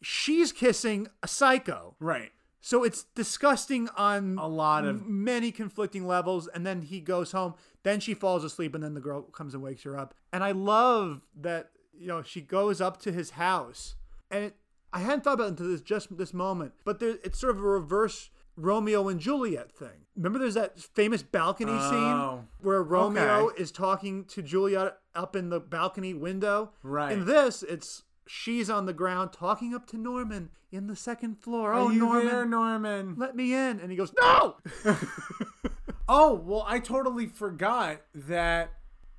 she's kissing a psycho. right. So it's disgusting on A lot of- many conflicting levels. And then he goes home. Then she falls asleep, and then the girl comes and wakes her up. And I love that you know she goes up to his house, and it, I hadn't thought about it until this just this moment. But there, it's sort of a reverse Romeo and Juliet thing. Remember, there's that famous balcony Oh, scene where Romeo is talking to Juliet up in the balcony window. Right. In this, it's. She's on the ground talking up to Norman in the second floor. oh, Are you Norman, there, Norman? let me in. And he goes, No! Oh, well, I totally forgot that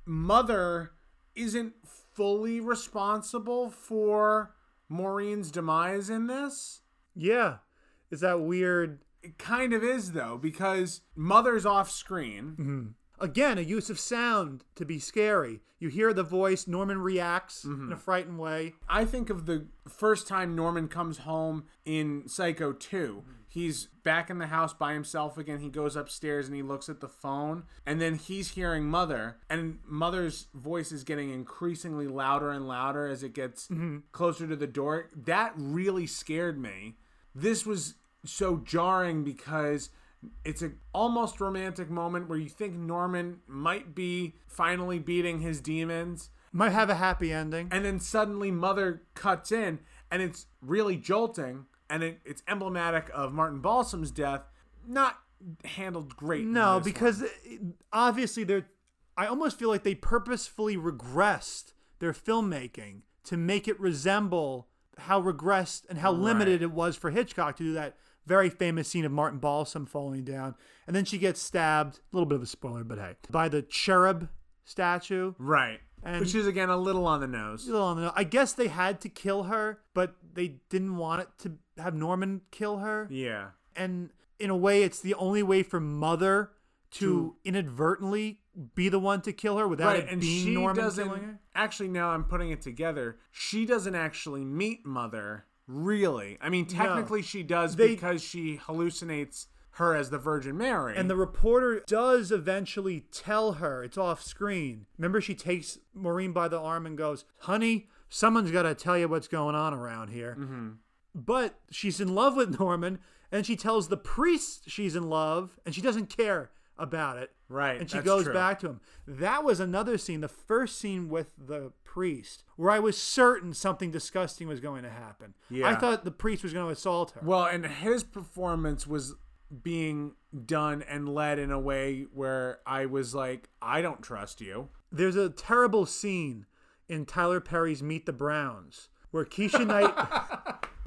Mother isn't fully responsible for Maureen's demise in this. yeah. Is that weird? It kind of is, though, because Mother's off screen. Again, a use of sound to be scary. You hear the voice, Norman reacts Mm-hmm. in a frightened way. I think of the first time Norman comes home in Psycho 2. He's back in the house by himself again. He goes upstairs and he looks at the phone, and then he's hearing Mother, and Mother's voice is getting increasingly louder and louder as it gets closer to the door. That really scared me. This was so jarring because it's a almost romantic moment where you think Norman might be finally beating his demons Might have a happy ending. and then suddenly mother cuts in and it's really jolting and it, it's emblematic of martin balsam's death not handled great in no, this because it- obviously they're. I almost feel like they purposefully regressed their filmmaking to make it resemble how regressed and how limited it was for Hitchcock to do that very famous scene of Martin Balsam falling down. And then she gets stabbed, a little bit of a spoiler, but hey, by the cherub statue. one. right And- which is again a little on the nose Still on the- I guess they had to kill her, but they didn't want it to have Norman kill her yeah and in a way it's the only way for mother to, inadvertently be the one to kill her without right it and being she Norman doesn't killing her. actually now i'm putting it together she doesn't actually meet mother really i mean technically she does They- because she hallucinates her as the virgin mary And the reporter does eventually tell her it's off screen. Remember, she takes Maureen by the arm and goes, "Honey, someone's got to tell you what's going on around here." Mm-hmm. But she's in love with Norman, and she tells the priest she's in love, and she doesn't care about it. Right, and she that's goes true. back to him. That was another scene, the first scene with the priest, where I was certain something disgusting was going to happen. I Yeah. thought the priest was going to assault her. Well, and his performance was being done and led in a way where I was like, I don't trust you. There's a terrible scene in Tyler Perry's Meet the Browns where Keisha Knight,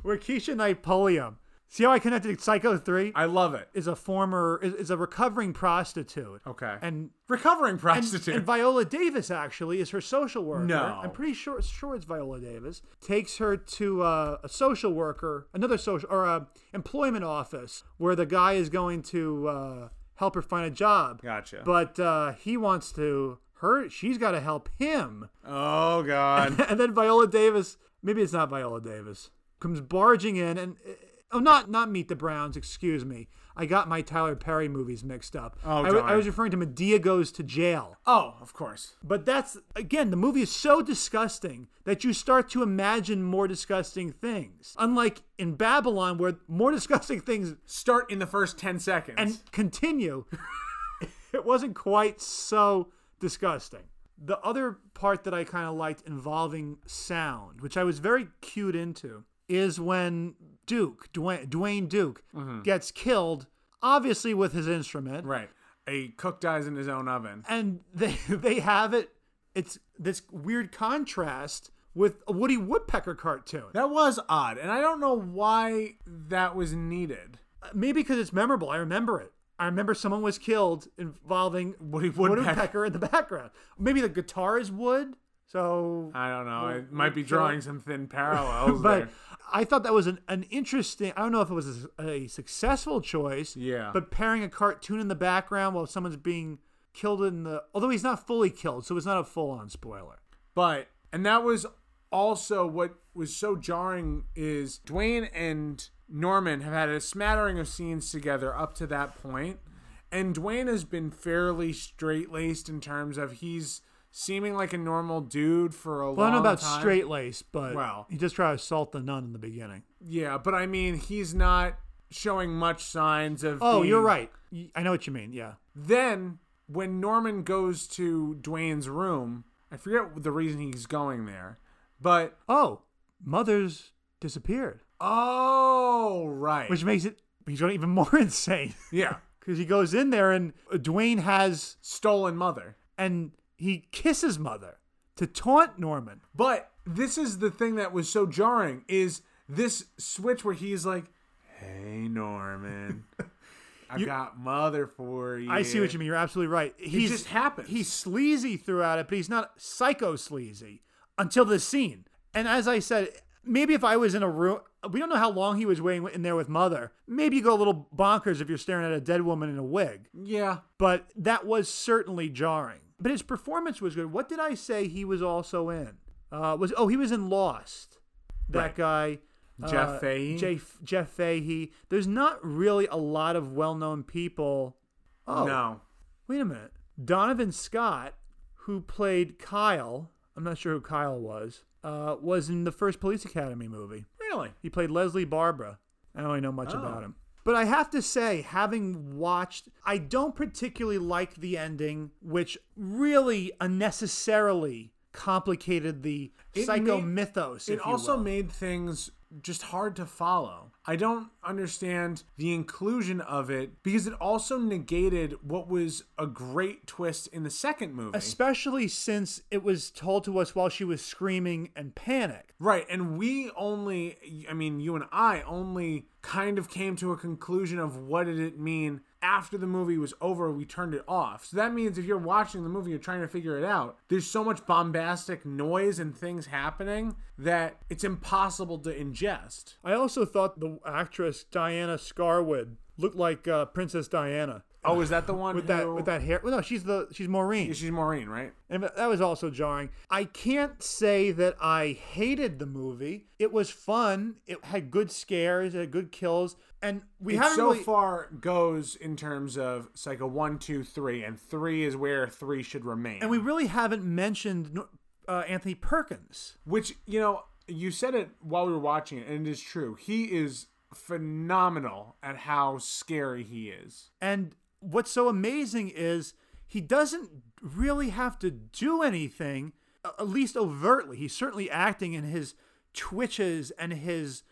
where Keisha Knight Pulliam. See how I connected Psycho Three I love it. is a former is, is a recovering prostitute. Okay. and Recovering and, prostitute. and Viola Davis actually is her social worker. No. I'm pretty sure sure it's Viola Davis takes her to uh, a social worker, another social or a employment office where the guy is going to uh, help her find a job. Gotcha. But uh, he wants to her. She's got to help him. oh God. and then Viola Davis, maybe it's eh, not Viola Davis, comes barging in and oh, not not meet the Browns. Excuse me. I got my Tyler Perry movies mixed up. Oh, I, wa- I darn. was referring to Medea Goes to Jail. Oh, of course. But that's again, the movie is so disgusting that you start to imagine more disgusting things. Unlike in Babylon, where more disgusting things Start in the first 10 seconds. and continue, it wasn't quite so disgusting. The other part that I kind of liked involving sound, which I was very cued into, is when Duke, Dwayne, Dwayne Duke, gets killed, obviously with his instrument right. A cook dies in his own oven. and they they have it. It's this weird contrast with a Woody Woodpecker cartoon. That was odd, and I don't know why that was needed. Maybe because it's memorable. I remember it. I remember someone was killed involving Woody Woody Woodpecker. Woodpecker in the background. Maybe the guitar is wood. So, I don't know. I might be Woodpecker. drawing some thin parallels but there. I thought that was an, an interesting. I don't know if it was a, a successful choice. Yeah. But pairing a cartoon in the background while someone's being killed in the although he's not fully killed, so it's not a full on spoiler. But and that was also what was so jarring is Dwayne and Norman have had a smattering of scenes together up to that point, and Dwayne has been fairly straight laced in terms of he's seeming like a normal dude for a Well, I long don't know about time. straight lace, but Well. he does try to assault the nun in the beginning. Yeah, but I mean he's not showing much signs of. Oh, being- you're right. Y- I know what you mean. Yeah, Then when Norman goes to Dwayne's room, I forget the reason he's going there, but Oh, mother's disappeared, oh right, which makes it he's going even more insane yeah, because he goes in there and uh, Dwayne has stolen mother. and he kisses mother to taunt Norman. But this is the thing that was so jarring is this switch where he's like, "Hey Norman, I've got mother for you." I see what you mean. You're absolutely right. He's, just happens. He's sleazy throughout it, but he's not psycho sleazy until this scene. And as I said, maybe if I was in a room, we don't know how long he was waiting in there with mother. Maybe you go a little bonkers if you're staring at a dead woman in a wig. Yeah, But that was certainly jarring. But his performance was good. What did I say he was also in? Uh, was oh he was in Lost. That Right. guy. Jeff uh, Fahey? Jeff, Jeff Fahey. There's not really a lot of well-known people. Oh, no, wait a minute. Donovan Scott, who played Kyle, I'm not sure who Kyle was, uh, was in the first Police Academy movie. really, He played Leslie Barbara. I don't really know much Oh. about him. But I have to say, having watched, I don't particularly like the ending, which really unnecessarily complicated the It psycho made- mythos. it also made things just hard to follow. I don't understand the inclusion of it because it also negated what was a great twist in the second movie. especially since it was told to us while she was screaming and panicked. Right, and we only, I mean, you and I only kind of came to a conclusion of what did it mean after the movie was over. We turned it off. So that means if you're watching the movie, you're trying to figure it out. There's so much bombastic noise and things happening that it's impossible to ingest. I also thought the actress Diana Scarwood looked like uh, Princess Diana Oh, is that the one with that who- with that hair. Well, no, she's the she's Maureen. She's Maureen, right? And that was also jarring. I can't say that I hated the movie. It was fun. It had good scares. It had good kills. And we It haven't so really. far goes in terms of it's like a one, two, three, and three is where three should remain. and we really haven't mentioned uh, Anthony Perkins. Which, you know, you said it while we were watching it, and it is true. He is phenomenal at how scary he is. And what's so amazing is he doesn't really have to do anything, a- at least overtly. He's certainly acting in his twitches and his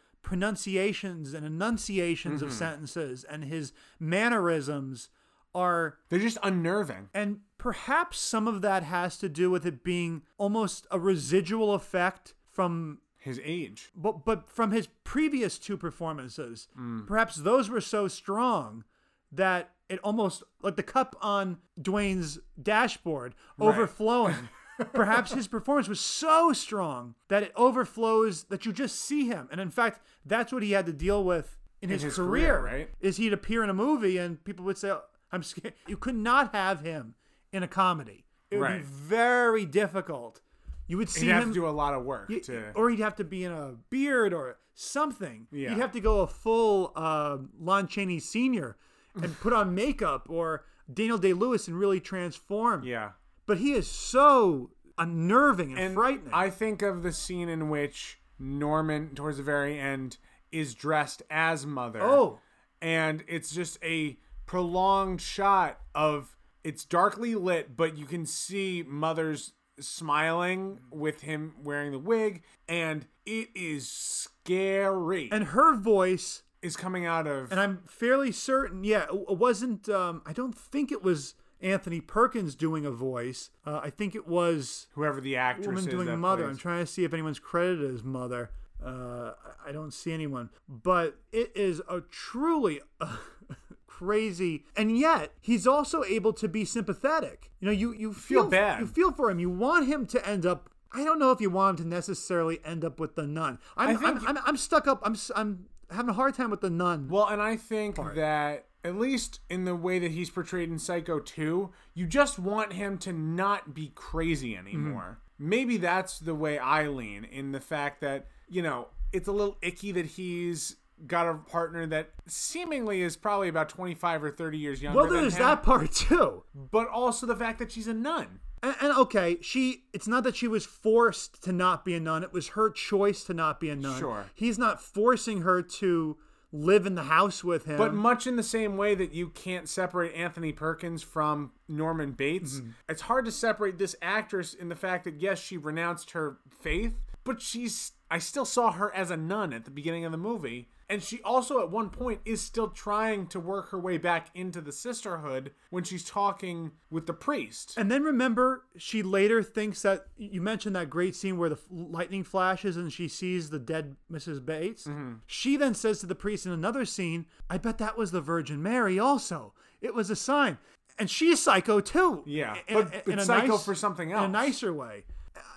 pronunciations and enunciations Mm-hmm. of sentences and his mannerisms are They're just unnerving. And perhaps some of that has to do with it being almost a residual effect from His age. but but from his previous two performances. Mm. Perhaps those were so strong that it almost like the cup on Dwayne's dashboard overflowing. Perhaps his performance was so strong that it overflows that you just see him. And in fact, that's what he had to deal with in, his, his career, career, right? Is he'd appear in a movie and people would say, oh, "I'm scared." You could not have him in a comedy. It would Right. be very difficult. You would see He'd have him to do a lot of work Y- to. or he'd have to be in a beard or something. Yeah. You'd have to go a full uh, Lon Chaney Senior and put on makeup or Daniel Day Lewis and really transform. Yeah. But he is so unnerving and, And frightening. I think of the scene in which Norman, towards the very end, is dressed as mother. oh, and it's just a prolonged shot of it's darkly lit, but you can see Mother's smiling with him wearing the wig, and it is scary. and her voice is coming out of and I'm fairly certain. Yeah, it it wasn't. Um, I don't think it was Anthony Perkins doing a voice. Uh, I think it was whoever the a actress woman is doing that mother. plays. I'm trying to see if anyone's credited as mother. Uh, I- I don't see anyone, but it is a truly crazy, and yet he's also able to be sympathetic. You know, you you feel, bad. You feel for him. You want him to end up. I don't know if you want him to necessarily end up with the nun. I'm think- I'm, I'm, I'm stuck up. I'm s- I'm having a hard time with the nun. Well, and I think that at least in the way that he's portrayed in Psycho 2, you just want him to not be crazy Mm-hmm. anymore. Maybe that's the way I lean in the fact that, you know, it's a little icky that he's got a partner that seemingly is probably about 25 or 30 years younger Well, than there's him, that part too. but also the fact that she's a nun. And, and okay, she it's not that she was forced to not be a nun. It was her choice to not be a nun. Sure. He's not forcing her to live in the house with him. But much in the same way that you can't separate Anthony Perkins from Norman Bates, it's hard to separate this actress in the fact that yes, she renounced her faith, but she's I still saw her as a nun at the beginning of the movie, and she also at one point is still trying to work her way back into the sisterhood when she's talking with the priest. and then remember, she later thinks that you mentioned that great scene where the f- lightning flashes and she sees the dead Mrs. Bates. Mm-hmm. She then says to the priest in another scene, "I bet that was the Virgin Mary. Also, it was a sign." And she's psycho too. Yeah, in- but- but psycho for something in a else. nicer way.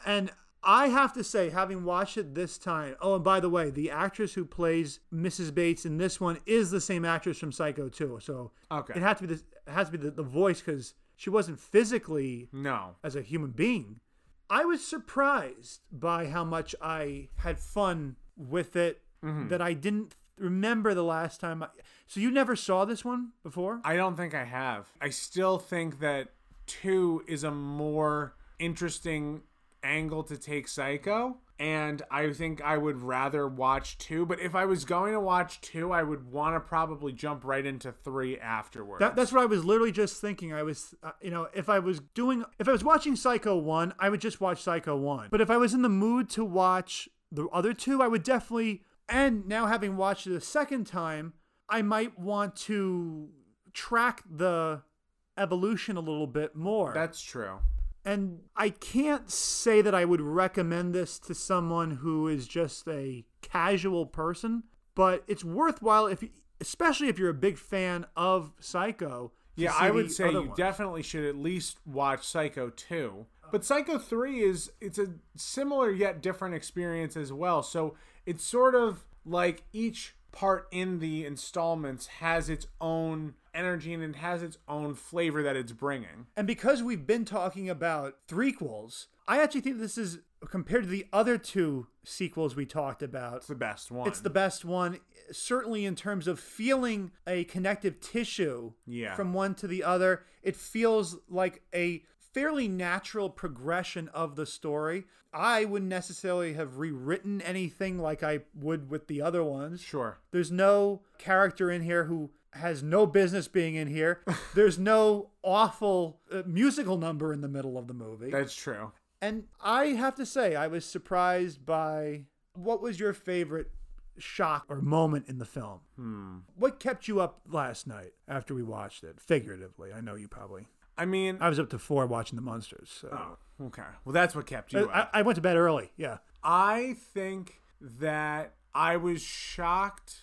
And I have to say, having watched it this time, oh, and by the way, the actress who plays Mrs. Bates in this one is the same actress from Psycho 2. So Okay. it had to be this, it has to be the, the voice because she wasn't physically no. as a human being. I was surprised by how much I had fun with it that I didn't remember the last time. I, so you never saw this one before? I don't think I have. I still think that two is a more interesting angle to take Psycho. And I think I would rather watch two, but if I was going to watch two, I would want to probably jump right into three afterwards. That, that's what I was literally just thinking. I was, uh, you know, if I was doing, if I was watching Psycho 1, I would just watch Psycho 1. But if I was in the mood to watch the other two, I would definitely, and now having watched it a second time, I might want to track the evolution a little bit more. That's true. and I can't say that I would recommend this to someone who is just a casual person, but it's worthwhile if, you, especially if you're a big fan of Psycho. to Yeah, see I the would say other you one. definitely should at least watch Psycho 2. But Psycho 3 is it's a similar yet different experience as well. So it's sort of like each part in the installments has its own energy and it has its own flavor that it's bringing. And because we've been talking about threequels, I actually think this is compared to the other two sequels we talked about. It's the best one. It's the best one, certainly in terms of feeling a connective tissue Yeah. from one to the other. It feels like a fairly natural progression of the story. I wouldn't necessarily have rewritten anything like I would with the other ones. sure. There's no character in here who has no business being in here. There's no awful uh, musical number in the middle of the movie. That's true. And I have to say, I was surprised by what was your favorite shock or moment in the film? Hmm. What kept you up last night after we watched it? Figuratively, I know you probably. I mean, I was up to four watching the monsters. So. Oh, Uh, okay. Well, that's what kept you I, up. I went to bed early. Yeah. I think that I was shocked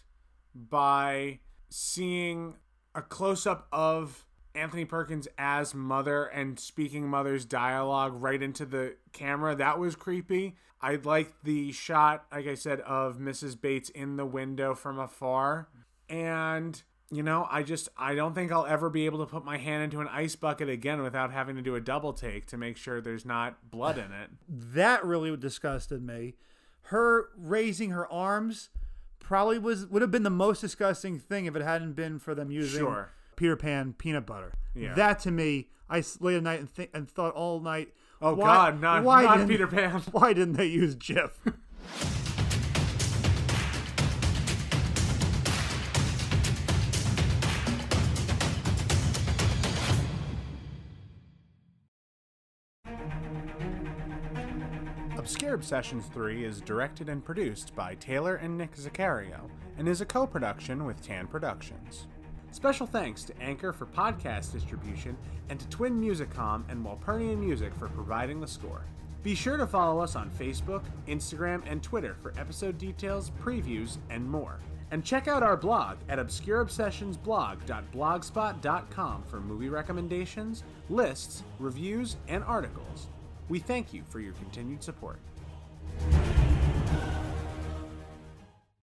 by seeing a close up of Anthony Perkins as mother and speaking mother's dialogue right into the camera. That was creepy. I liked the shot, like I said, of Mrs. Bates in the window from afar. And, you know, I just, I don't think I'll ever be able to put my hand into an ice bucket again without having to do a double take to make sure there's not blood in it. that really disgusted me. Her raising her arms probably was would have been the most disgusting thing if it hadn't been for them using Sure. Peter Pan peanut butter. Yeah. That to me, I s- lay at night and, th- and thought all night. Oh, God, not- not didn't- Peter Pan. Why didn't they use Jif? Obscure Obsessions 3 is directed and produced by Taylor and Nick Zaccario and is a co production with Tan Productions. Special thanks to Anchor for podcast distribution and to Twin Musicom and Walpurnian Music for providing the score. Be sure to follow us on Facebook, Instagram, and Twitter for episode details, previews, and more. And check out our blog at obscureobsessionsblog.blogspot.com for movie recommendations, lists, reviews, and articles. We thank you for your continued support.